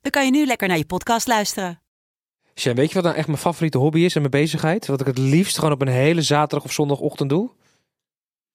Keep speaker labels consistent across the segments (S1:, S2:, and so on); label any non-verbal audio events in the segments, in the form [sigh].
S1: dan kan je nu lekker naar je podcast luisteren.
S2: Sjan, weet je wat nou echt mijn favoriete hobby is en mijn bezigheid? Wat ik het liefst gewoon op een hele zaterdag of zondagochtend doe?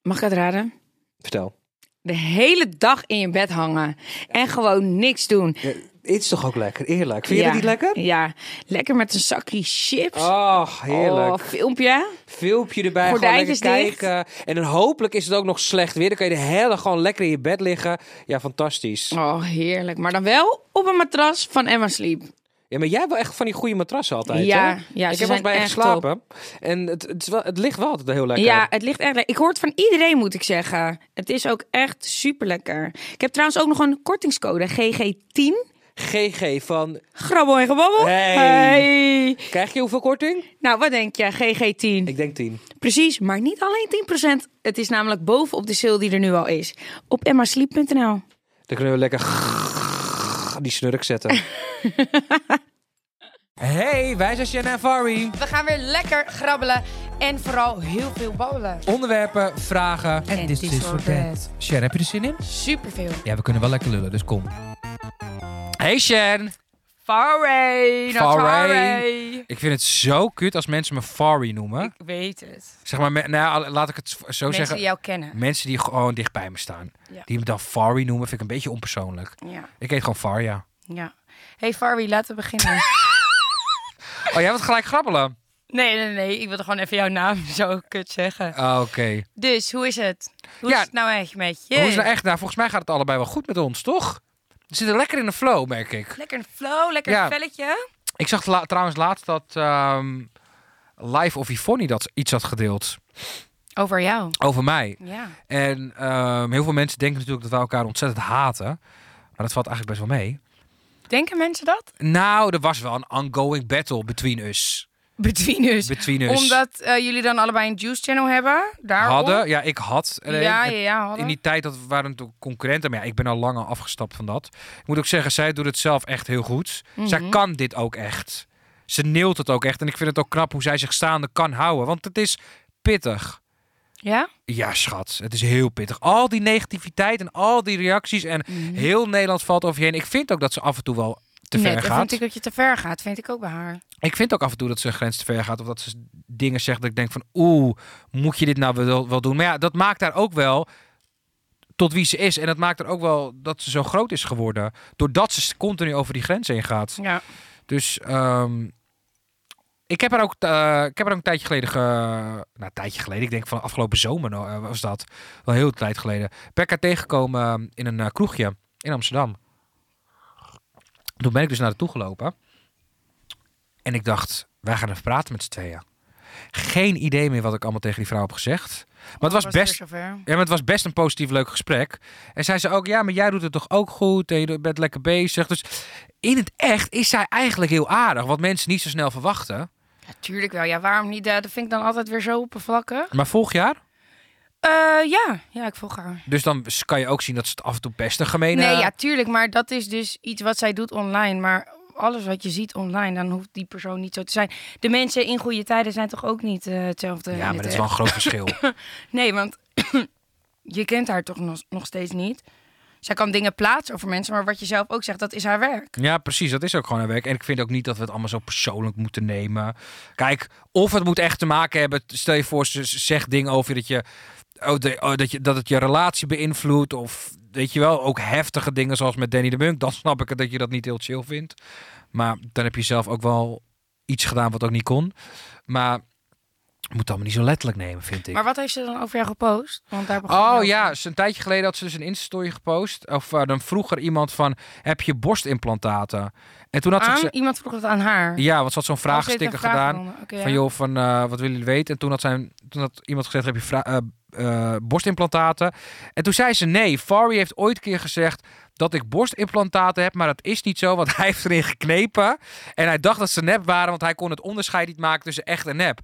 S3: Mag ik het raden?
S2: Vertel.
S3: De hele dag in je bed hangen en gewoon niks doen.
S2: Het is toch ook lekker, eerlijk.
S3: Ja. Ja, lekker met een zakje chips.
S2: Ach, heerlijk.
S3: Oh, filmpje.
S2: Filmpje erbij, gewoon lekker
S3: Gordijntjes dicht.
S2: kijken. En dan hopelijk is het ook nog slecht weer. Dan kan je de hele gewoon lekker in je bed liggen. Ja, fantastisch.
S3: Oh, heerlijk. Maar dan wel op een matras van Emma Sleep.
S2: Ja, maar jij wil echt van die goede matrassen altijd,
S3: Ja,
S2: hè?
S3: ja,
S2: Ik
S3: ze
S2: heb
S3: zijn
S2: ook bij je
S3: echt
S2: geslapen. En het, het, is wel, het ligt wel altijd heel lekker.
S3: Ja, het ligt echt lekker. Ik hoor het van iedereen, moet ik zeggen. Het is ook echt super lekker. Ik heb trouwens ook nog een kortingscode, GG10.
S2: GG van...
S3: Grabbel en gebabbel.
S2: Hey.
S3: Hey.
S2: Krijg je hoeveel korting?
S3: Nou, wat denk je? GG10.
S2: Ik denk 10.
S3: Precies, maar niet alleen 10%. Het is namelijk bovenop de sale die er nu al is. Op emmasleep.nl.
S2: Dan kunnen we lekker die snurk zetten.
S4: [laughs]
S2: hey, wij zijn Shanna en Fari.
S5: We gaan weer lekker grabbelen en vooral heel veel babbelen.
S4: Onderwerpen, vragen.
S5: En this is for that.
S4: Sher, heb je er zin in?
S5: Superveel.
S4: Ja, we kunnen wel lekker lullen, dus kom. Hey Shen!
S5: Faray, not
S4: Faray.
S5: faray.
S4: Ik vind het zo kut als mensen me Fari noemen.
S5: Ik weet het.
S4: Zeg maar, me- nou, ja, laat ik het zo
S5: Mensen
S4: zeggen.
S5: die jou kennen.
S4: Mensen die gewoon dicht bij me staan.
S5: Ja.
S4: Die me dan Fari noemen, vind ik een beetje onpersoonlijk.
S5: Ja,
S4: Ik heet gewoon Faria.
S5: ja. Hey Faray, laten we beginnen.
S4: Oh, jij wilt gelijk grabbelen?
S5: [laughs] nee, nee, nee. Ik wilde gewoon even jouw naam [laughs] zo kut zeggen.
S4: Ah, Oké.
S5: Dus, hoe is het? Hoe
S4: Ja.
S5: is het nou echt met je?
S4: Hoe is het nou echt? Nou, volgens mij gaat het allebei wel goed met ons, toch? We zitten lekker in de flow, merk ik.
S5: Lekker een flow, lekker
S4: Ja.
S5: een velletje.
S4: Ik zag la- trouwens laatst dat ehm Live of Yvonne dat iets had gedeeld
S5: Over jou.
S4: over mij.
S5: Ja.
S4: En ehm, heel veel mensen denken natuurlijk dat wij elkaar ontzettend haten. Maar dat valt eigenlijk best wel mee.
S5: Denken mensen dat? [laughs]
S4: Nou, er was wel een ongoing battle between us.
S5: Between us.
S4: Between us.
S5: Omdat eh, jullie dan allebei een Juice Channel hebben. Daarom.
S4: hadden, ja, ik had. er
S5: Ja,
S4: een.
S5: ja,
S4: En
S5: ja, hadden.
S4: In die tijd dat we waren natuurlijk concurrenten. Maar ja, ik ben al lang al afgestapt van dat. Ik moet ook zeggen, zij doet het zelf echt heel goed.
S5: Mhm.
S4: Zij kan dit ook echt. Ze neelt het ook echt. En ik vind het ook knap hoe zij zich staande kan houden. Want het is pittig.
S5: Ja?
S4: Ja, schat. Het is heel pittig. Al die negativiteit en al die reacties. En heel Nederland valt over je heen. Ik vind ook dat ze af en toe wel te ver
S5: Mhm. Net,
S4: gaat.
S5: vind ik dat je te ver gaat. Vind ik ook bij haar.
S4: Ik vind ook af en toe dat ze een grens te ver gaat. Of dat ze dingen zegt dat ik denk van... Oeh, moet je dit nou wel, wel doen? Maar ja, dat maakt haar ook wel tot wie ze is. En dat maakt haar ook wel dat ze zo groot is geworden. Doordat ze continu over die grens heen gaat.
S5: Ja.
S4: Dus ehm, ik, heb haar ook, eh, ik heb haar ook een tijdje geleden... Ge... Nou, een tijdje geleden. Ik denk van afgelopen zomer nou, eh, was dat. Wel heel tijd geleden. Ben ik haar tegengekomen eh, in een eh, kroegje in Amsterdam. Toen ben ik dus naar haar toe gelopen. En ik dacht, wij gaan even praten met z'n tweeën. Geen idee meer wat ik allemaal tegen die vrouw heb gezegd. Maar het was best... Ja, maar het was best een positief leuk gesprek. En zei ze ook, ja, maar jij doet het toch ook goed en je bent lekker bezig. Dus in het echt is zij eigenlijk heel aardig, wat mensen niet zo snel verwachten.
S5: Natuurlijk wel. Ja, waarom niet? Eh, Dat vind ik dan altijd weer zo oppervlakkig.
S4: Maar volgend jaar,
S5: Eh, ja. ja, ik volg haar.
S4: dus dan kan je ook zien dat ze het af en toe best een gemene...
S5: Nee, ja, tuurlijk. Maar dat is dus iets wat zij doet online. Maar alles wat je ziet online, dan hoeft die persoon niet zo te zijn. De mensen in goede tijden zijn toch ook niet eh, hetzelfde? in
S4: ja, maar
S5: het
S4: dat is
S5: echt?
S4: wel een groot
S5: [laughs]
S4: verschil.
S5: Nee, want [clears throat] je kent haar toch nog, nog steeds niet. Zij kan dingen plaatsen over mensen, maar wat je zelf ook zegt, dat is haar werk.
S4: Ja, precies. Dat is ook gewoon een werk. En ik vind ook niet dat we het allemaal zo persoonlijk moeten nemen. Kijk, of het moet echt te maken hebben. Stel je voor, ze ze zegt dingen over je dat je. Oh, de- oh, dat, je, dat het je relatie beïnvloedt. Of weet je wel, ook heftige dingen zoals met Danny de Munk. Dan [laughs] snap ik het dat je dat niet heel chill vindt. Maar dan heb je zelf ook wel iets gedaan wat ook niet kon. Maar je moet het allemaal niet zo letterlijk nemen, vind ik.
S5: Maar wat heeft ze dan over jou gepost? Want daar begon je
S4: Oh
S5: over.
S4: ja, ze- een tijdje geleden had ze dus een Insta-story gepost. Of eh, dan vroeg er iemand van, heb je borstimplantaten? En toen had ze...
S5: Aan,
S4: geze-
S5: Iemand vroeg dat aan haar.
S4: ja, want ze had zo'n vraagsticker gedaan. Van
S5: joh.
S4: joh, van eh, wat wil jullie weten? En toen had, zijn, toen had iemand gezegd, heb je vra- eh, eh, borstimplantaten? En toen zei ze nee. Fari heeft ooit een keer gezegd dat ik borstimplantaten heb, maar dat is niet zo, want [laughs] hij heeft erin geknepen. En hij dacht dat ze nep waren, want hij kon het onderscheid niet maken tussen echt en nep.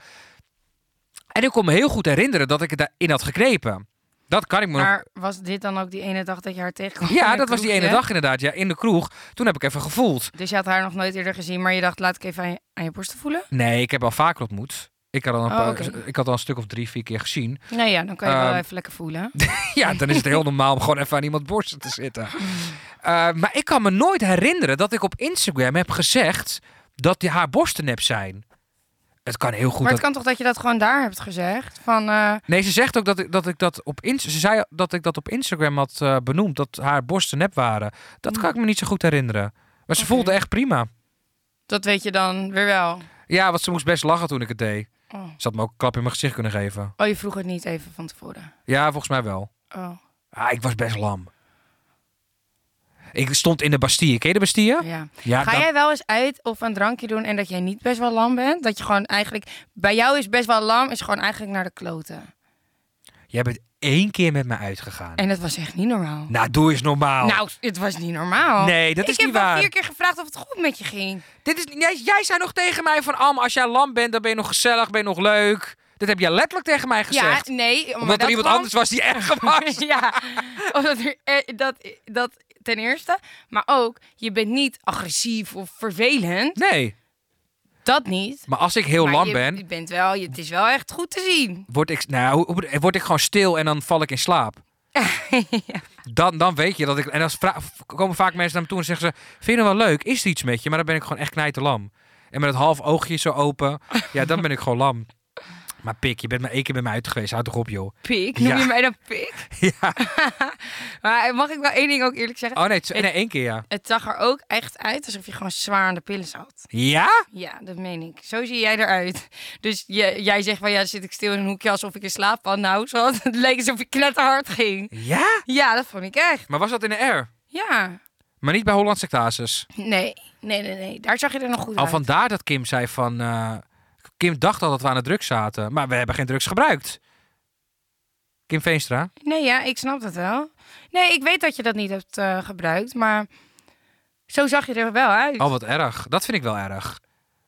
S4: En ik kon me heel goed herinneren dat ik het daarin had geknepen. Dat kan ik me nog
S5: Maar was dit dan ook die ene dag dat je haar tegenkwam? in
S4: ja,
S5: de
S4: dat was die
S5: kroeg,
S4: ene
S5: hè?
S4: dag inderdaad. Ja, in de kroeg. Toen heb ik even gevoeld.
S5: Dus je had haar nog nooit eerder gezien, maar je dacht, laat ik even aan je, aan je borsten voelen?
S4: Nee, ik heb al vaker ontmoet. Ik had al een,
S5: Oh,
S4: paar-
S5: oké.
S4: ik had al een stuk of drie, vier keer gezien. [laughs]
S5: Nou ja, dan kan je wel
S4: Ehm,
S5: even lekker voelen.
S4: Ja, dan is het heel normaal om gewoon even aan iemand borsten te
S5: [laughs]
S4: zitten. Eh, maar ik kan me nooit herinneren dat ik op Instagram heb gezegd dat die haar borsten nep zijn. Het kan heel goed.
S5: maar
S4: dat-
S5: het kan toch dat je dat gewoon daar hebt gezegd? Van, eh,
S4: Nee, ze zegt ook dat ik dat, ik dat op Inst- ze zei dat ik dat op Instagram had eh, benoemd dat haar borsten nep waren. Dat kan ik me niet zo goed herinneren. Maar ze
S5: Mm. Oké.
S4: voelde echt prima.
S5: dat weet je dan weer wel.
S4: Ja, want ze moest best lachen toen ik het deed.
S5: Oh.
S4: Ze had me ook een klap in mijn gezicht kunnen geven.
S5: oh, je vroeg het niet even van tevoren.
S4: Ja, volgens mij wel.
S5: Oh,
S4: Ah, ik was best lam. Ik stond in de Bastille. Ken je de Bastille?
S5: ja.
S4: Ja,
S5: Ga
S4: dat-
S5: jij wel eens uit of een drankje doen en dat jij niet best wel lam bent? Dat je gewoon eigenlijk... Bij jou is best wel lam, is gewoon eigenlijk naar de kloten.
S4: jij bent één keer met me uitgegaan.
S5: En dat was echt niet normaal.
S4: Nou, doe eens normaal.
S5: Nou, het was niet normaal.
S4: Nee, dat is
S5: ik
S4: niet
S5: heb wel
S4: waar.
S5: vier keer gevraagd of het goed met je ging.
S4: Dit is, jij, jij zei nog tegen mij van... Am, als jij lam bent, dan ben je nog gezellig, ben je nog leuk. Dat heb jij letterlijk tegen mij gezegd.
S5: Ja, nee. maar
S4: Omdat er
S5: dat
S4: iemand
S5: kwam-
S4: anders was die erger was.
S5: [laughs] ja, omdat er, eh, dat, dat ten eerste. Maar ook, je bent niet agressief of vervelend.
S4: Nee,
S5: Dat niet.
S4: maar als ik heel
S5: Maar
S4: lam
S5: je,
S4: ben,
S5: Je bent wel, je, het is wel echt goed te zien.
S4: word ik, nou, hoe- hoe- word ik gewoon stil en dan val ik in [laughs] slaap. Dan, dan weet je dat ik... En dan vra- komen vaak mensen naar me toe en zeggen ze... Vind je het wel leuk? Is er iets met je? Maar dan ben ik gewoon echt knijterlam. En met het half oogje zo open. [laughs] Ja, dan ben ik gewoon lam. Maar pik, je bent maar één keer bij mij uit geweest. Houd toch op, joh.
S5: Pik, noem
S4: Ja.
S5: je mij dan pik?
S4: [laughs] Ja.
S5: [laughs] Maar eh, mag ik wel één ding ook eerlijk zeggen?
S4: Oh nee, het is- nee, één keer ja.
S5: Het zag er ook echt uit alsof je gewoon zwaar aan de pillen zat.
S4: Ja?
S5: Ja, dat meen ik. Zo zie jij eruit. Dus je- jij zegt van ja, zit ik stil in een hoekje alsof ik in slaap val. Nou, zo, het leek alsof ik knetterhard ging.
S4: Ja?
S5: Ja, dat vond ik echt.
S4: Maar was dat in de air?
S5: Ja.
S4: Maar niet bij Hollandse Sectasis.
S5: Nee, nee, nee, nee. Daar zag je er nog goed
S4: Al
S5: uit.
S4: vandaar dat Kim zei van... eh, Kim dacht al dat we aan de drugs zaten. Maar we hebben geen drugs gebruikt. Kim Veenstra.
S5: Nee, ja, ik snap dat wel. Nee, ik weet dat je dat niet hebt eh, gebruikt, maar zo zag je er wel uit.
S4: Oh, wat erg. Dat vind ik wel erg.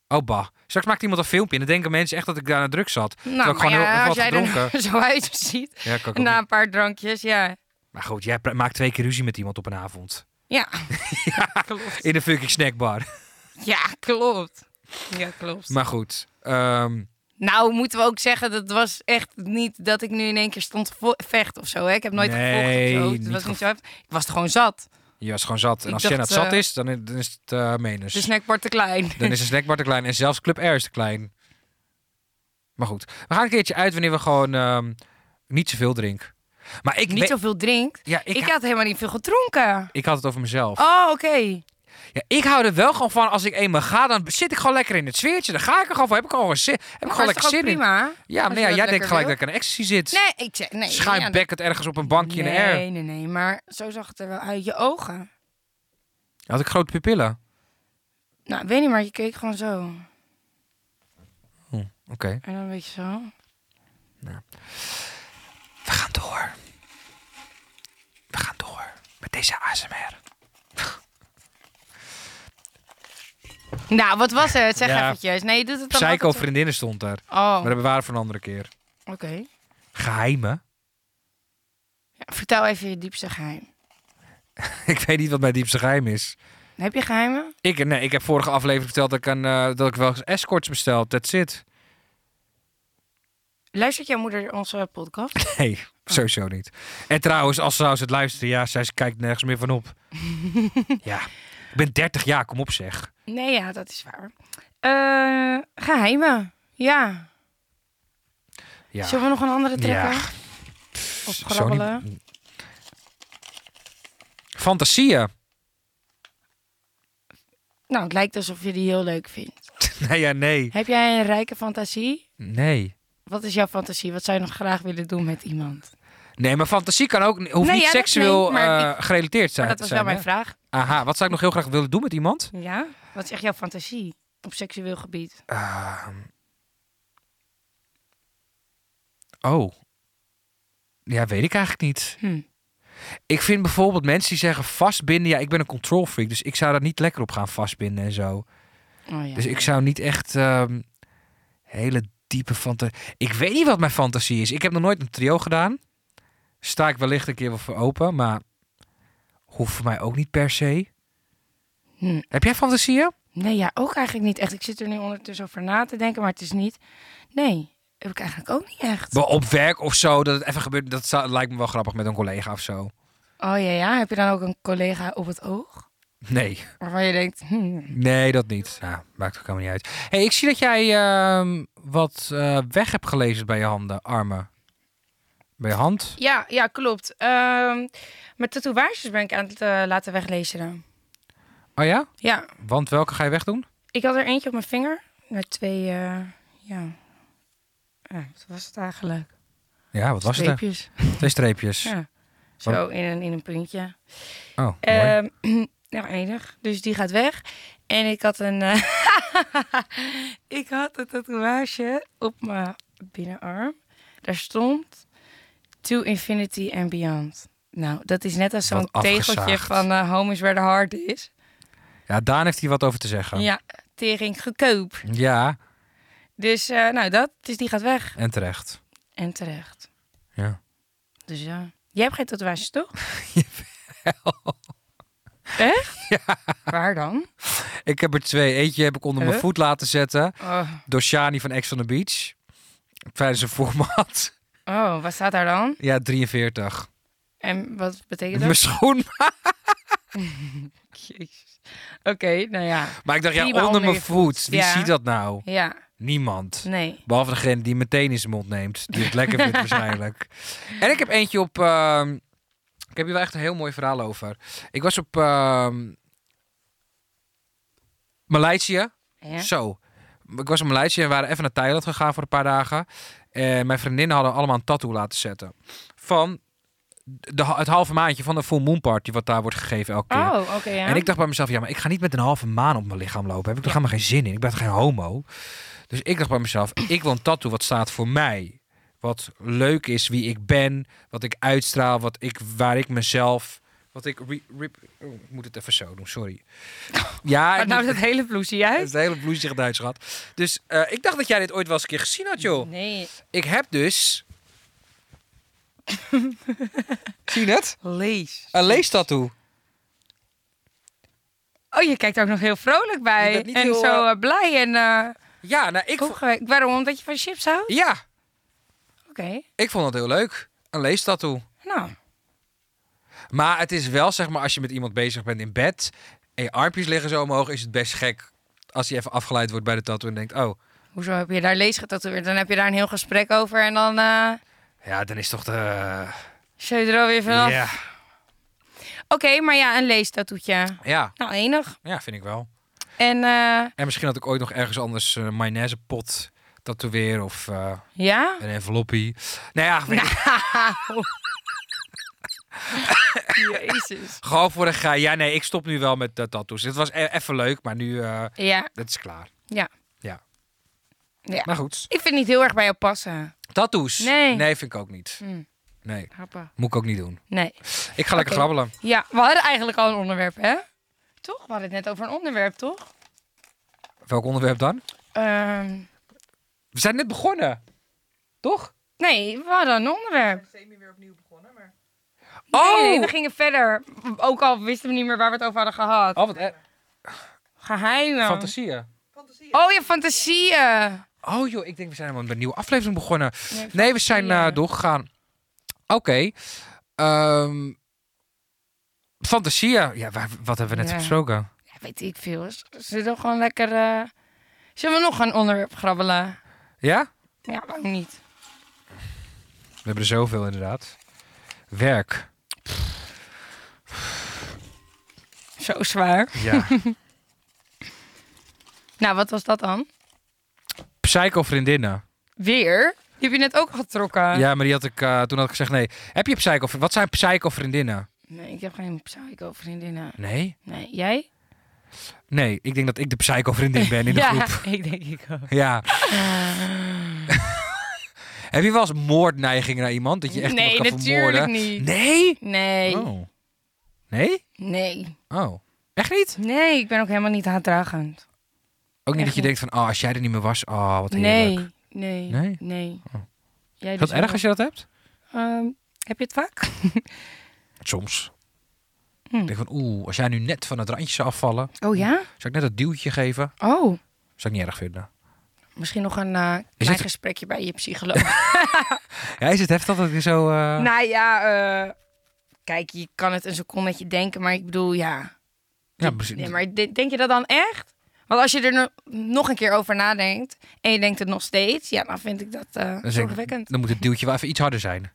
S4: Oh, bah. Straks maakt iemand een filmpje en dan denken mensen echt dat ik daar aan druk zat. Terwijl
S5: nou,
S4: ik gewoon
S5: maar
S4: heel
S5: ja,
S4: heel
S5: als
S4: wat
S5: jij Nou.
S4: gedronken.
S5: [laughs] er zo uitziet
S4: Ja, kan ik ook
S5: na
S4: niet.
S5: een paar drankjes, ja.
S4: Maar goed, jij pra- maakt twee keer ruzie met iemand op een avond. [laughs]
S5: Ja, klopt.
S4: In de fucking snackbar. [laughs]
S5: Ja, klopt. Ja, klopt.
S4: Maar goed. ehm,
S5: Nou, moeten we ook zeggen, dat was echt niet dat ik nu in één keer stond te vo- vechten of zo. Hè? Ik heb nooit
S4: Nee,
S5: gevolgd of zo.
S4: niet
S5: Het was
S4: gevo-
S5: niet zo heftig. Ik was er gewoon zat.
S4: je was gewoon zat. En
S5: Ik
S4: als Jenna
S5: dacht,
S4: zat
S5: eh,
S4: is, dan i- dan is het eh menus.
S5: De snackbar te klein.
S4: Dan is de snackbar te klein en zelfs Club Air is te klein. Maar goed, we gaan een keertje uit wanneer we gewoon ehm, niet zoveel drinken. Maar ik,
S5: [laughs] niet
S4: we-
S5: zoveel drink.
S4: ja, ik,
S5: Ik,
S4: ik,
S5: had helemaal niet veel gedronken.
S4: had het over mezelf.
S5: Oh, oké.
S4: Ja, ik hou er wel gewoon van. Als ik eenmaal ga, dan zit ik gewoon lekker in het sfeertje. Dan ga ik er gewoon voor. Heb ik gewoon, zin, heb ik
S5: Maar
S4: gewoon
S5: is
S4: lekker
S5: toch ook
S4: zin in.
S5: prima?
S4: Ja, maar
S5: je
S4: ja, jij
S5: dat
S4: denkt
S5: lekker
S4: gelijk
S5: wil?
S4: dat ik aan ecstasy zit.
S5: Nee, ik zeg nee. ja, dat-
S4: Schuimbekkend ergens op een bankje in de air.
S5: Nee, nee, nee. Maar zo zag het er wel uit. Je ogen.
S4: Had ik grote pupillen.
S5: Nou, ik weet niet, maar je keek gewoon zo.
S4: Oké,
S5: En dan een beetje zo.
S4: we gaan door. We gaan door met deze ASMR.
S5: Nou, wat was het? Zeg
S4: Ja.
S5: eventjes. Nee, je doet het dan
S4: Psycho
S5: altijd zo-
S4: vriendinnen stond er.
S5: Oh,
S4: Maar dat bewaren voor een andere keer.
S5: oké.
S4: Geheimen? [laughs]
S5: Ja, vertel even je diepste geheim.
S4: ik weet niet wat mijn diepste geheim is.
S5: Heb je geheimen?
S4: Ik, nee, ik heb vorige aflevering verteld dat ik, aan, eh, dat ik wel eens escorts bestel. That's it.
S5: Luistert jouw moeder onze podcast?
S4: [laughs] Nee,
S5: Oh.
S4: sowieso niet. En trouwens, als ze, als ze het luisteren, ja, zij ze kijkt nergens meer van
S5: [laughs]
S4: op. ja, ik ben 30 jaar, kom op zeg.
S5: Nee, ja, dat is waar. Eh, geheimen. Ja.
S4: Ja.
S5: Zullen we nog een andere trekken?
S4: Ja.
S5: Of
S4: Zo
S5: grabbelen?
S4: niet- Fantasieën. [laughs]
S5: Nou, het lijkt alsof je die heel leuk vindt.
S4: Nee, ja, nee.
S5: Heb jij een rijke fantasie?
S4: Nee.
S5: Wat is jouw fantasie? Wat zou je nog graag willen doen met iemand?
S4: Nee, maar fantasie kan ook, hoeft
S5: Nee,
S4: niet
S5: ja, dat-
S4: seksueel
S5: nee, maar
S4: eh, gerelateerd zijn.
S5: Maar Oh, dat was
S4: zijn,
S5: wel mijn
S4: hè?
S5: vraag.
S4: Aha, wat zou ik nog heel graag willen doen met iemand?
S5: Ja? Wat is echt jouw fantasie op seksueel gebied?
S4: Ehm. oh. Ja, weet ik eigenlijk niet.
S5: Hm.
S4: Ik vind bijvoorbeeld mensen die zeggen vastbinden. Ja, ik ben een control freak, dus ik zou daar niet lekker op gaan vastbinden en zo.
S5: Oh, ja.
S4: Dus ik zou niet echt ehm, hele diepe fantasie. Ik weet niet wat mijn fantasie is. Ik heb nog nooit een trio gedaan. Sta ik wellicht een keer wel voor open, maar hoeft voor mij ook niet per se.
S5: Hm.
S4: Heb jij fantasieën?
S5: Nee, ja, ook eigenlijk niet echt. Ik zit er nu ondertussen over na te denken, maar het is niet... Nee, heb ik eigenlijk ook niet echt.
S4: Maar op werk of zo, dat het even gebeurt. Dat zou- lijkt me wel grappig met een collega of zo.
S5: Oh ja, ja. Heb je dan ook een collega op het oog?
S4: Nee,
S5: Waarvan je denkt... hm,
S4: nee, dat niet. Ja, maakt ook helemaal niet uit. hey, ik zie dat jij ehm, wat eh, weg hebt gelezen bij je handen, armen. Bij je hand.
S5: Ja, ja, klopt. Ehm mijn tatoeages ben ik aan het eh, laten weglezen. dan.
S4: Oh ja?
S5: Ja,
S4: Want welke ga je wegdoen?
S5: ik had er eentje op mijn vinger. Met twee, eh, ja. ja. Wat was het eigenlijk?
S4: Ja, wat was het?
S5: Streepjes.
S4: hè? Twee streepjes.
S5: Ja. Zo, in een, in een puntje.
S4: Oh, mooi.
S5: Ehm [clears throat] nou, enig. Dus die gaat weg. En ik had een... eh, [laughs] ik had een tatoeage op mijn binnenarm. Daar stond... To infinity and beyond. Nou, dat is net als zo'n
S4: Wat
S5: tegeltje
S4: afgezaagd.
S5: van eh Home is where the heart is.
S4: Ja, Daan heeft hier wat over te zeggen.
S5: Ja, tering goedkoop.
S4: Ja,
S5: Dus eh, nou, dat. Dus die gaat weg.
S4: en terecht.
S5: En terecht.
S4: Ja.
S5: Dus ja. Jij hebt geen
S4: [laughs]
S5: tatoeages, toch? Echt? Waar dan?
S4: Ik heb er twee. Eentje heb ik onder mijn
S5: Huh?
S4: voet laten zetten
S5: Oh.
S4: door Shani van Ex on the Beach. Tijdens een format. [laughs]
S5: oh, wat staat daar dan?
S4: Ja, 43.
S5: En wat betekent dat?
S4: Mijn schoen. [laughs]
S5: Jezus. Oké, nou ja.
S4: Maar ik dacht, ja,
S5: Prima
S4: onder,
S5: onder
S4: mijn
S5: je
S4: voet.
S5: voet.
S4: Wie
S5: Ja.
S4: ziet dat nou?
S5: Ja,
S4: Niemand.
S5: nee.
S4: Behalve degene die meteen in zijn mond neemt. Die het lekker
S5: [laughs]
S4: vindt waarschijnlijk. En ik heb eentje op... ehm, ik heb hier wel echt een heel mooi verhaal over. Ik was op ehm, Maleisië.
S5: Ja.
S4: Zo. Ik was in Maleisië en we waren even naar Thailand gegaan voor een paar dagen. En mijn vriendinnen hadden allemaal een tattoo laten zetten. Van de, het halve maandje van de full moon party wat daar wordt gegeven elke keer.
S5: Oh, oké, ja.
S4: En ik dacht bij mezelf, ja, maar ik ga niet met een halve maan op mijn lichaam lopen. Heb ik er helemaal geen zin in. Ik ben toch geen homo. Dus ik dacht bij mezelf, ik wil een tattoo wat staat voor mij. Wat leuk is, wie ik ben, wat ik uitstraal, wat ik, waar ik mezelf... Wat ik... re- re- oh, ik moet het even zo doen,
S5: [laughs]
S4: sorry. Ja,
S5: Maar
S4: ik
S5: nou
S4: moet-
S5: dat hele bloesie
S4: het is
S5: uit?
S4: de hele bloesje Duits gehad. Dus eh, ik dacht dat jij dit ooit wel eens een keer gezien had, joh.
S5: Nee.
S4: Ik heb dus... [laughs] Zie je het?
S5: Lees.
S4: Een leestattoo.
S5: Oh, je kijkt er ook nog heel vrolijk bij.
S4: Je bent niet
S5: en
S4: heel,
S5: zo eh, blij en eh
S4: Ja, nou, ik vond...
S5: opgewekt. Waarom? Omdat je van chips houdt?
S4: Ja,
S5: Oké.
S4: Ik vond dat heel leuk. Een leestattoo.
S5: Nou,
S4: Maar het is wel, zeg maar, als je met iemand bezig bent in bed... en je armpjes liggen zo omhoog, is het best gek... als hij even afgeleid wordt bij de tattoo en denkt... oh,
S5: hoezo heb je daar lees getatoeëerd? Dan heb je daar een heel gesprek over en dan... eh
S4: ja, dan is toch de...
S5: Zou je er alweer vanaf?
S4: Ja.
S5: Oké, maar ja, een leestatoetje.
S4: ja,
S5: Nou, enig.
S4: ja, vind ik wel.
S5: En eh,
S4: En misschien had ik ooit nog ergens anders een mayonaisepot tatoeëren... of eh,
S5: ja?
S4: een enveloppie. Nou ja, weet ik,
S5: Jezus.
S4: gewoon voor een gein. Ja, nee, ik stop nu wel met de tattoos. Het was e- even leuk, maar nu... eh
S5: Ja,
S4: het is klaar.
S5: ja.
S4: Ja.
S5: Ja.
S4: Maar goed.
S5: Ik vind het niet heel erg bij jou passen.
S4: Tattoos?
S5: Nee.
S4: Nee, vind ik ook niet.
S5: Mm.
S4: Nee,
S5: Grappig.
S4: moet ik ook niet doen.
S5: Nee.
S4: Ik ga lekker
S5: Oké.
S4: grabbelen.
S5: Ja, we hadden eigenlijk al een onderwerp, hè? Toch? We hadden het net over een onderwerp, toch?
S4: Welk onderwerp dan?
S5: Ehm,
S4: We zijn net begonnen. Toch?
S5: nee, we hadden een onderwerp.
S4: Oh!
S5: Nee, we gingen verder. Ook al wisten we niet meer waar we het over hadden gehad.
S4: Oh, wat eh,
S5: Geheimen.
S4: fantasieën.
S5: Oh, je fantasieën.
S4: Oh joh, ik denk we zijn helemaal met een nieuwe aflevering begonnen.
S5: Nee,
S4: Nee, we zijn eh,
S5: fantasieën.
S4: doorgegaan. Oké. Ehm, fantasieën. Ja, waar- wat hebben we net
S5: Ja.
S4: besproken?
S5: Ja, weet ik veel. Z- Zullen we gewoon lekker... eh, Zullen we nog een onderwerp grabbelen?
S4: Ja?
S5: Ja, waarom niet?
S4: We hebben er zoveel inderdaad. Werk.
S5: Zo zwaar. [laughs]
S4: Ja.
S5: Nou, wat was dat dan?
S4: Psycho-vriendinnen.
S5: Weer? Die heb je net ook getrokken.
S4: Ja, maar die had ik, eh, toen had ik gezegd, nee. Heb je psycho Wat zijn psycho-vriendinnen?
S5: Nee, ik heb geen psycho-vriendinnen.
S4: Nee?
S5: Nee, jij?
S4: Nee, ik denk dat ik de
S5: [laughs]
S4: psycho-vriendin ben in de
S5: ja,
S4: groep.
S5: ik denk ik ook.
S4: Ja. [laughs] Heb je wel eens moordneiging naar iemand? Dat je echt
S5: nee,
S4: iemand kan
S5: natuurlijk
S4: vermoorden?
S5: niet.
S4: Nee?
S5: Nee,
S4: Oh. Nee?
S5: nee.
S4: Oh. Echt niet?
S5: Nee, ik ben ook helemaal niet haatdragend.
S4: Ook niet
S5: Echt
S4: dat je denkt van, oh, als jij er niet meer was, oh, wat heerlijk.
S5: Nee, nee,
S4: Nee?
S5: nee. Jij
S4: Is dat
S5: dus
S4: erg als je dat hebt?
S5: wel. Ehm, heb je het
S4: [laughs]
S5: vaak?
S4: Soms.
S5: Hm.
S4: Ik denk van, oeh, als jij nu net van het randje zou afvallen,
S5: Oh ja?
S4: zou ik net dat duwtje geven,
S5: Oh,
S4: zou ik niet erg vinden.
S5: misschien nog een eh,
S4: Is
S5: klein
S4: het-
S5: gesprekje bij je psycholoog.
S4: Ja, is het heftig dat ik zo... eh,
S5: [laughs] nou ja, eh, kijk, je kan het een secondetje denken, maar ik bedoel, ja.
S4: ja, precies.
S5: Nee, maar de- denk je dat dan echt? Want als je er no- nog een keer over nadenkt en je denkt het nog steeds, ja, dan vind ik dat eh
S4: Dan zeg ik,
S5: zorgwekkend.
S4: dan moet het duwtje wel even iets harder zijn.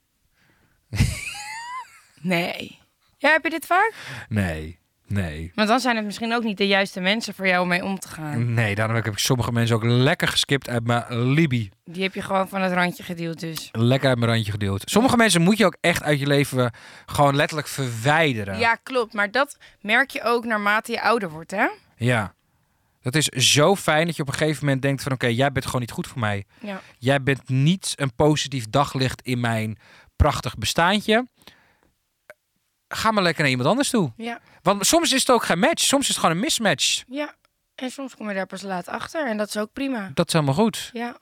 S5: Nee. Ja, heb je dit vaak?
S4: Nee, nee.
S5: Want dan zijn het misschien ook niet de juiste mensen voor jou om mee om te gaan.
S4: Nee, daarom heb ik sommige mensen ook lekker geskipt uit mijn Libi.
S5: Die heb je gewoon van het randje gedeeld dus.
S4: Lekker uit mijn randje gedeeld. Sommige mensen moet je ook echt uit je leven eh, gewoon letterlijk verwijderen.
S5: Ja, klopt. Maar dat merk je ook naarmate je ouder wordt, hè?
S4: Ja. Dat is zo fijn dat je op een gegeven moment denkt van... oké, jij bent gewoon niet goed voor mij.
S5: Ja.
S4: Jij bent niet een positief daglicht in mijn prachtig bestaantje. Ga maar lekker naar iemand anders toe.
S5: Ja,
S4: Want soms is het ook geen match. Soms is het gewoon een mismatch.
S5: ja. En soms kom je daar pas laat achter en dat is ook prima.
S4: Dat is helemaal goed.
S5: Ja.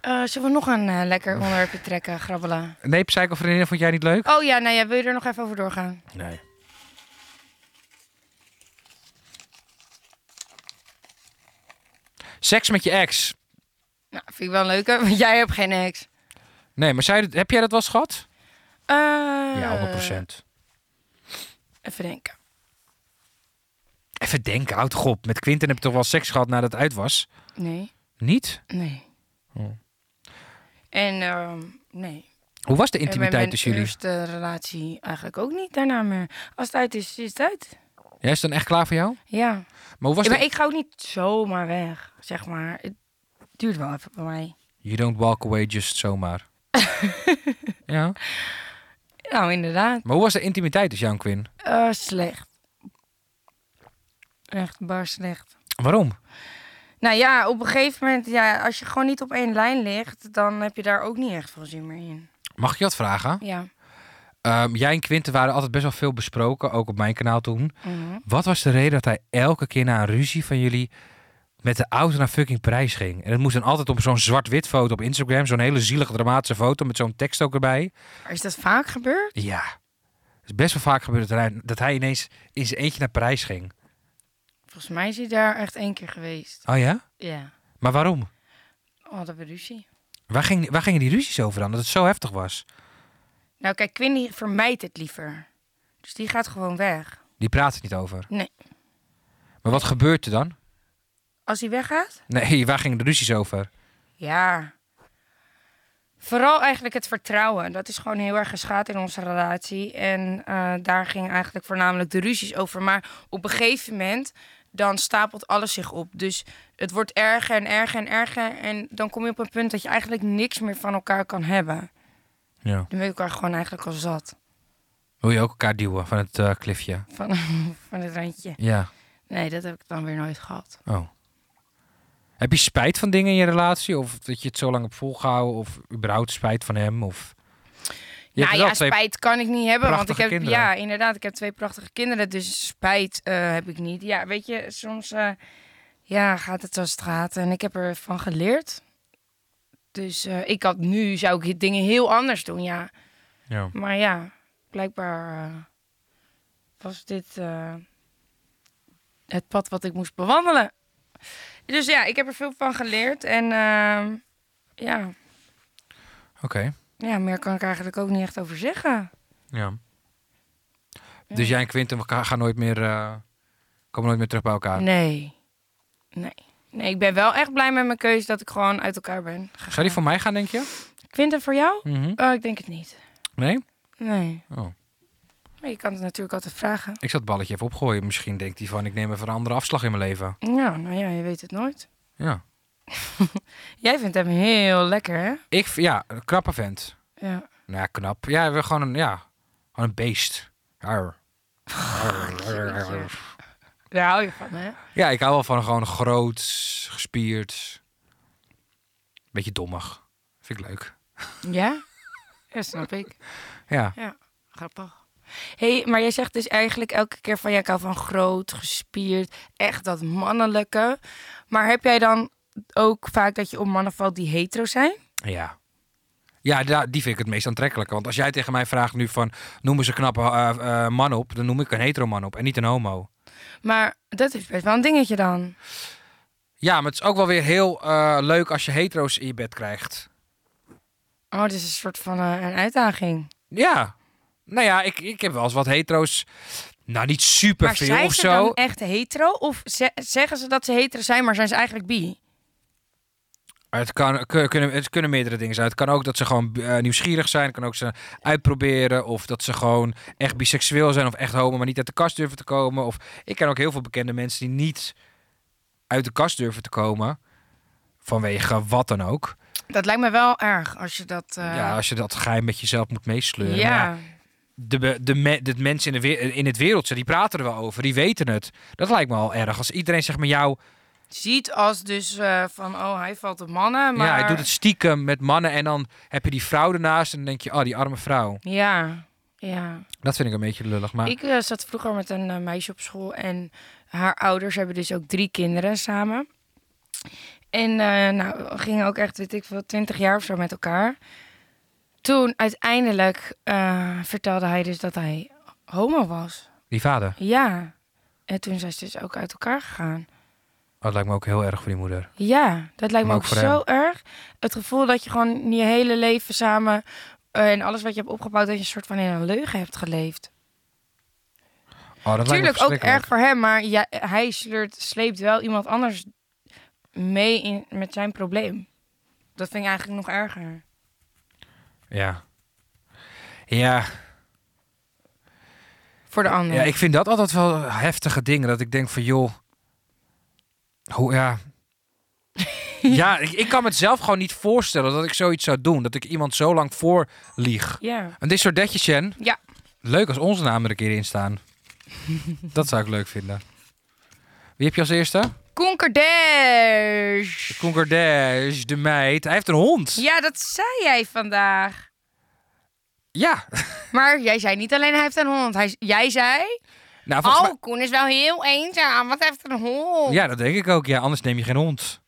S5: Eh, zullen we nog een eh, lekker onderwerpje trekken, grabbelen?
S4: Nee, Psycho vriendinnen vond jij niet leuk?
S5: Oh ja, nou ja, wil je er nog even over doorgaan?
S4: Nee. Seks met je ex.
S5: Nou, vind ik wel een leuke, want jij hebt geen ex.
S4: Nee, maar zei, heb jij dat wel eens gehad?
S5: Eh, Even denken.
S4: Eh. Even denken, houd toch op. Met Quinten heb je toch wel seks gehad nadat het uit was?
S5: Nee,
S4: Niet?
S5: nee.
S4: Oh.
S5: En ehm, nee.
S4: Hoe was de
S5: en bij
S4: intimiteit
S5: Eh, mijn
S4: tussen jullie?
S5: eerste relatie eigenlijk ook niet daarna meer. Als het uit is, is het uit.
S4: Jij is dan echt klaar voor jou?
S5: Ja.
S4: Maar hoe was
S5: Ja,
S4: de...
S5: maar ik ga ook niet zomaar weg, zeg maar. Het duurt wel even bij mij.
S4: You don't walk away just
S5: [laughs]
S4: zomaar. ja.
S5: Nou, inderdaad.
S4: Maar hoe was de intimiteit tussen jou en Quinn?
S5: Eh, slecht. Echt bar slecht.
S4: Waarom?
S5: Nou ja, op een gegeven moment, ja, als je gewoon niet op één lijn ligt, dan heb je daar ook niet echt veel zin meer in.
S4: Mag ik je dat vragen?
S5: Ja.
S4: Ehm, jij en Quinten waren altijd best wel veel besproken, ook op mijn kanaal toen.
S5: Mhm.
S4: Wat was de reden dat hij elke keer na een ruzie van jullie met de auto naar fucking Parijs ging? En het moest dan altijd om zo'n zwart-wit foto op Instagram. Zo'n hele zielige, dramatische foto met zo'n tekst ook erbij.
S5: Maar Is dat vaak gebeurd?
S4: Ja. Het is best wel vaak gebeurd dat hij, dat hij ineens in zijn eentje naar Parijs ging.
S5: Volgens mij is hij daar echt één keer geweest.
S4: Oh ja?
S5: Ja.
S4: Maar waarom?
S5: Oh, dat we ruzie.
S4: Waar, ging, waar gingen die ruzies over dan? Dat het zo heftig was.
S5: Nou kijk, Quinn die vermijdt het liever. Dus die gaat gewoon weg.
S4: Die praat het niet over.
S5: Nee.
S4: Maar wat gebeurt er dan?
S5: Als hij weggaat?
S4: Nee, [laughs] waar gingen de ruzies over?
S5: Ja. Vooral eigenlijk het vertrouwen. Dat is gewoon heel erg geschaad in onze relatie. En eh, daar ging eigenlijk voornamelijk de ruzies over. Maar op een gegeven moment, dan stapelt alles zich op. Dus het wordt erger en erger en erger. En dan kom je op een punt dat je eigenlijk niks meer van elkaar kan hebben.
S4: Ja.
S5: Dan ben je elkaar gewoon eigenlijk al zat
S4: Hoe je ook elkaar duwen van het eh, klifje.
S5: van, [laughs] van het randje.
S4: Ja.
S5: Nee, dat heb ik dan weer nooit gehad.
S4: Oh. Heb je spijt van dingen in je relatie? Of dat je het zo lang hebt volgehouden? Of überhaupt spijt van hem? Of... Je hebt
S5: nou
S4: wel
S5: ja,
S4: twee-
S5: spijt kan ik niet hebben. Want ik
S4: prachtige
S5: heb,
S4: kinderen.
S5: ja, inderdaad, ik heb twee prachtige kinderen. Dus spijt eh, heb ik niet. Ja, weet je, soms eh, ja, gaat het zoals het gaat. En ik heb ervan geleerd. Dus eh, ik had nu, zou ik dingen heel anders doen, ja.
S4: Ja.
S5: Maar ja, blijkbaar eh, was dit eh, het pad wat ik moest bewandelen. Dus ja, ik heb er veel van geleerd. En eh, ja,
S4: Oké.
S5: ja, meer kan ik eigenlijk ook niet echt over zeggen.
S4: Ja. Dus jij en Quinten elkaar gaan nooit meer, eh, komen nooit meer terug bij elkaar.
S5: Nee. Nee. Nee, ik ben wel echt blij met mijn keuze dat ik gewoon uit elkaar ben gegaan.
S4: Zou die voor mij gaan, denk je?
S5: Quinten, voor jou?
S4: Mhm.
S5: Oh, ik denk het niet.
S4: Nee?
S5: Nee.
S4: Oh.
S5: Maar je kan het natuurlijk altijd vragen.
S4: Ik zal het balletje even opgooien. Misschien denkt hij van, ik neem even een andere afslag in mijn leven.
S5: Ja, nou ja, je weet het nooit.
S4: Ja.
S5: Jij vindt hem heel lekker, hè?
S4: Ik, ja, een knappe vent.
S5: Ja.
S4: Nou ja, knap. Ja, we gewoon een, ja, gewoon een beest. Arr. Arr, arr, arr.
S5: Daar hou je van, hè?
S4: Ja, ik hou wel van gewoon groot, gespierd. Beetje dommig. Vind ik leuk.
S5: Ja? Ja, snap ik.
S4: Ja.
S5: Grappig. hey, maar jij zegt dus eigenlijk elke keer van... jij ik hou van groot, gespierd, echt dat mannelijke. Maar heb jij dan ook vaak dat je op mannen valt die hetero zijn?
S4: Ja. Ja, da- die vind ik het meest aantrekkelijk. Want als jij tegen mij vraagt nu van, noem eens een knappe eh, eh, man op, dan noem ik een hetero man op en niet een homo.
S5: Maar dat is best wel een dingetje dan.
S4: Ja, maar het is ook wel weer heel eh, leuk als je hetero's in je bed krijgt.
S5: Oh, dit is een soort van eh, een uitdaging.
S4: Ja. Nou ja, ik, ik heb wel eens wat hetero's. Nou, niet super
S5: Maar
S4: veel
S5: zijn
S4: of
S5: ze
S4: zo.
S5: dan echt hetero? Of ze- zeggen ze dat ze hetero zijn, maar zijn ze eigenlijk bi?
S4: Het, kan, kun- kunnen, het kunnen meerdere dingen zijn. Het kan ook dat ze gewoon eh, nieuwsgierig zijn. Het kan ook ze uitproberen. Of dat ze gewoon echt biseksueel zijn. Of echt homo, maar niet uit de kast durven te komen. Of ik ken ook heel veel bekende mensen die niet uit de kast durven te komen. Vanwege wat dan ook.
S5: Dat lijkt me wel erg als je dat... eh,
S4: ja, als je dat geheim met jezelf moet meesleuren. Maar ja,
S5: ja.
S4: de, be- de, me- de mensen in, de, we- in het wereldje, die praten er wel over. Die weten het. Dat lijkt me al erg. Als iedereen zeg maar jou...
S5: ziet als dus eh, van, oh, hij valt op mannen, maar...
S4: Ja, hij doet het stiekem met mannen. En dan heb je die vrouw ernaast. En dan denk je, oh, die arme vrouw.
S5: Ja, ja.
S4: Dat vind ik een beetje lullig. Maar
S5: Ik eh, zat vroeger met een eh, meisje op school en haar ouders hebben dus ook drie kinderen samen. En eh, nou, we gingen ook echt, weet ik veel, twintig jaar of zo met elkaar. Toen uiteindelijk eh, vertelde hij dus dat hij homo was.
S4: die vader, oh,
S5: Ja. En toen zijn ze dus ook uit elkaar gegaan.
S4: oh, dat lijkt me ook heel erg voor die moeder.
S5: Ja, dat lijkt me
S4: Maar ook
S5: ook,
S4: voor
S5: zo erg. Het gevoel dat je gewoon je hele leven samen eh, en alles wat je hebt opgebouwd, dat je een soort van in een leugen hebt geleefd.
S4: Oh, dat
S5: Natuurlijk ook
S4: lijkt me
S5: erg voor hem, maar ja, hij sleurt, sleept wel iemand anders mee in, met zijn probleem. Dat vind ik eigenlijk nog erger.
S4: Ja. Ja,
S5: Voor de ander.
S4: ja, ik vind dat altijd wel heftige dingen. Dat ik denk van, joh... Hoe,
S5: [laughs]
S4: ja... ja, ik, ik kan me het zelf gewoon niet voorstellen dat ik zoiets zou doen. Dat ik iemand zo lang voor lieg.
S5: Ja.
S4: En dit soort datjes, Jen.
S5: Ja.
S4: Leuk als onze namen er een keer in
S5: [laughs]
S4: staan. dat zou ik leuk vinden. Wie heb je als eerste?
S5: Koen Kardashian.
S4: Koen Kardashian, de meid. Hij heeft een hond.
S5: Ja, dat zei jij vandaag.
S4: Ja.
S5: Maar jij zei niet alleen hij heeft een hond. Hij, jij zei,
S4: Nou, volgens
S5: oh,
S4: mij-
S5: Koen is wel heel eenzaam, wat heeft een hond.
S4: Ja, dat denk ik ook. Ja, anders neem je geen hond.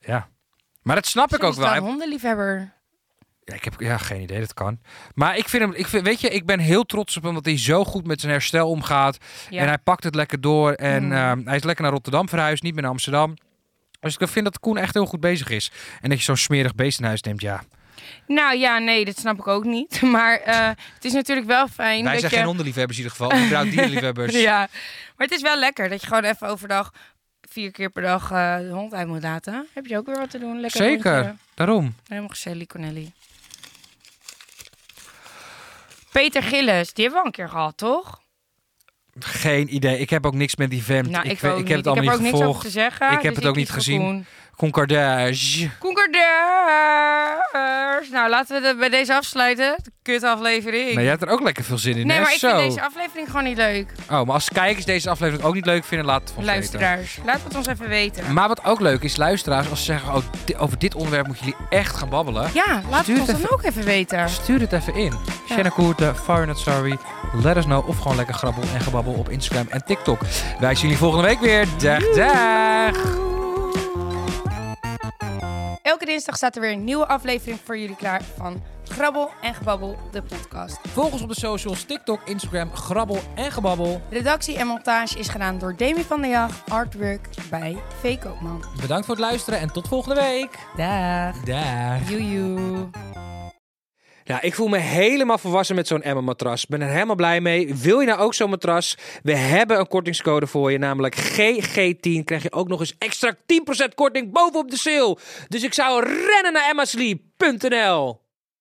S4: Ja. Maar dat snap ik ook wel.
S5: een hondenliefhebber.
S4: Ja, ik heb ja, geen idee, dat kan. Maar ik vind hem, ik vind, weet je, ik ben heel trots op hem dat hij zo goed met zijn herstel omgaat.
S5: Ja.
S4: En hij pakt het lekker door. En
S5: Mm.
S4: ehm, hij is lekker naar Rotterdam verhuisd, niet meer naar Amsterdam. Dus ik vind dat Koen echt heel goed bezig is. En dat je zo'n smerig beest in huis neemt, ja.
S5: Nou ja, nee, dat snap ik ook niet. [laughs] Maar eh, het is natuurlijk wel fijn
S4: Wij
S5: dat
S4: zijn
S5: je...
S4: geen hondenliefhebbers in ieder geval. of überhaupt dierenliefhebbers.
S5: [laughs] Ja, maar het is wel lekker dat je gewoon even overdag vier keer per dag eh, de hond uit moet laten. Heb je ook weer wat te doen? Lekker
S4: Zeker.
S5: rondje.
S4: Daarom.
S5: Helemaal gezellig, Cornelli. Peter Gillis, die hebben we al een keer gehad, toch?
S4: Geen idee. Ik heb ook niks met die vent.
S5: nou, ik,
S4: weet-
S5: ook
S4: ik
S5: niet.
S4: heb het allemaal
S5: ik heb er
S4: niet
S5: ook niks over
S4: gevolgd.
S5: te zeggen.
S4: Ik heb
S5: dus
S4: het ook
S5: kies
S4: niet
S5: voor
S4: gezien.
S5: Koen.
S4: Koen Kardashian.
S5: Koen Kardashian. Nou, laten we het bij deze afsluiten. De kutaflevering.
S4: Maar jij hebt er ook lekker veel zin in,
S5: nee,
S4: hè?
S5: maar ik
S4: Zo.
S5: vind deze aflevering gewoon niet leuk.
S4: Oh, maar als kijkers deze aflevering ook niet leuk vinden, laat het van
S5: Luisteraars, laat het ons even weten.
S4: Maar wat ook leuk is, luisteraars, als ze zeggen, oh, di- over dit onderwerp moeten jullie echt gaan babbelen.
S5: Ja, laat
S4: Stuur
S5: het ons
S4: het
S5: dan ook even weten.
S4: Stuur het even in.
S5: Ja.
S4: Shanna Koerte, Fire Not Sorry, Let Us Know of gewoon lekker grabbel en gebabbel op Instagram en TikTok. Wij zien jullie volgende week weer. Dag, dag!
S5: Elke dinsdag staat er weer een nieuwe aflevering voor jullie klaar van Grabbel en Gebabbel, de podcast.
S4: Volg ons op de socials, TikTok, Instagram, grabbel en gebabbel.
S5: Redactie en montage is gedaan door Demi van der Jag, artwork bij V. Koopman.
S4: Bedankt voor het luisteren en tot volgende week.
S5: Dag.
S4: Dag.
S5: Joejoe.
S2: Nou, ik voel me helemaal volwassen met zo'n Emma-matras. Ben er helemaal blij mee. Wil je nou ook zo'n matras? We hebben een kortingscode voor je, namelijk GG10. Krijg je ook nog eens extra 10% korting bovenop de sale. Dus ik zou rennen naar emmasleep.nl.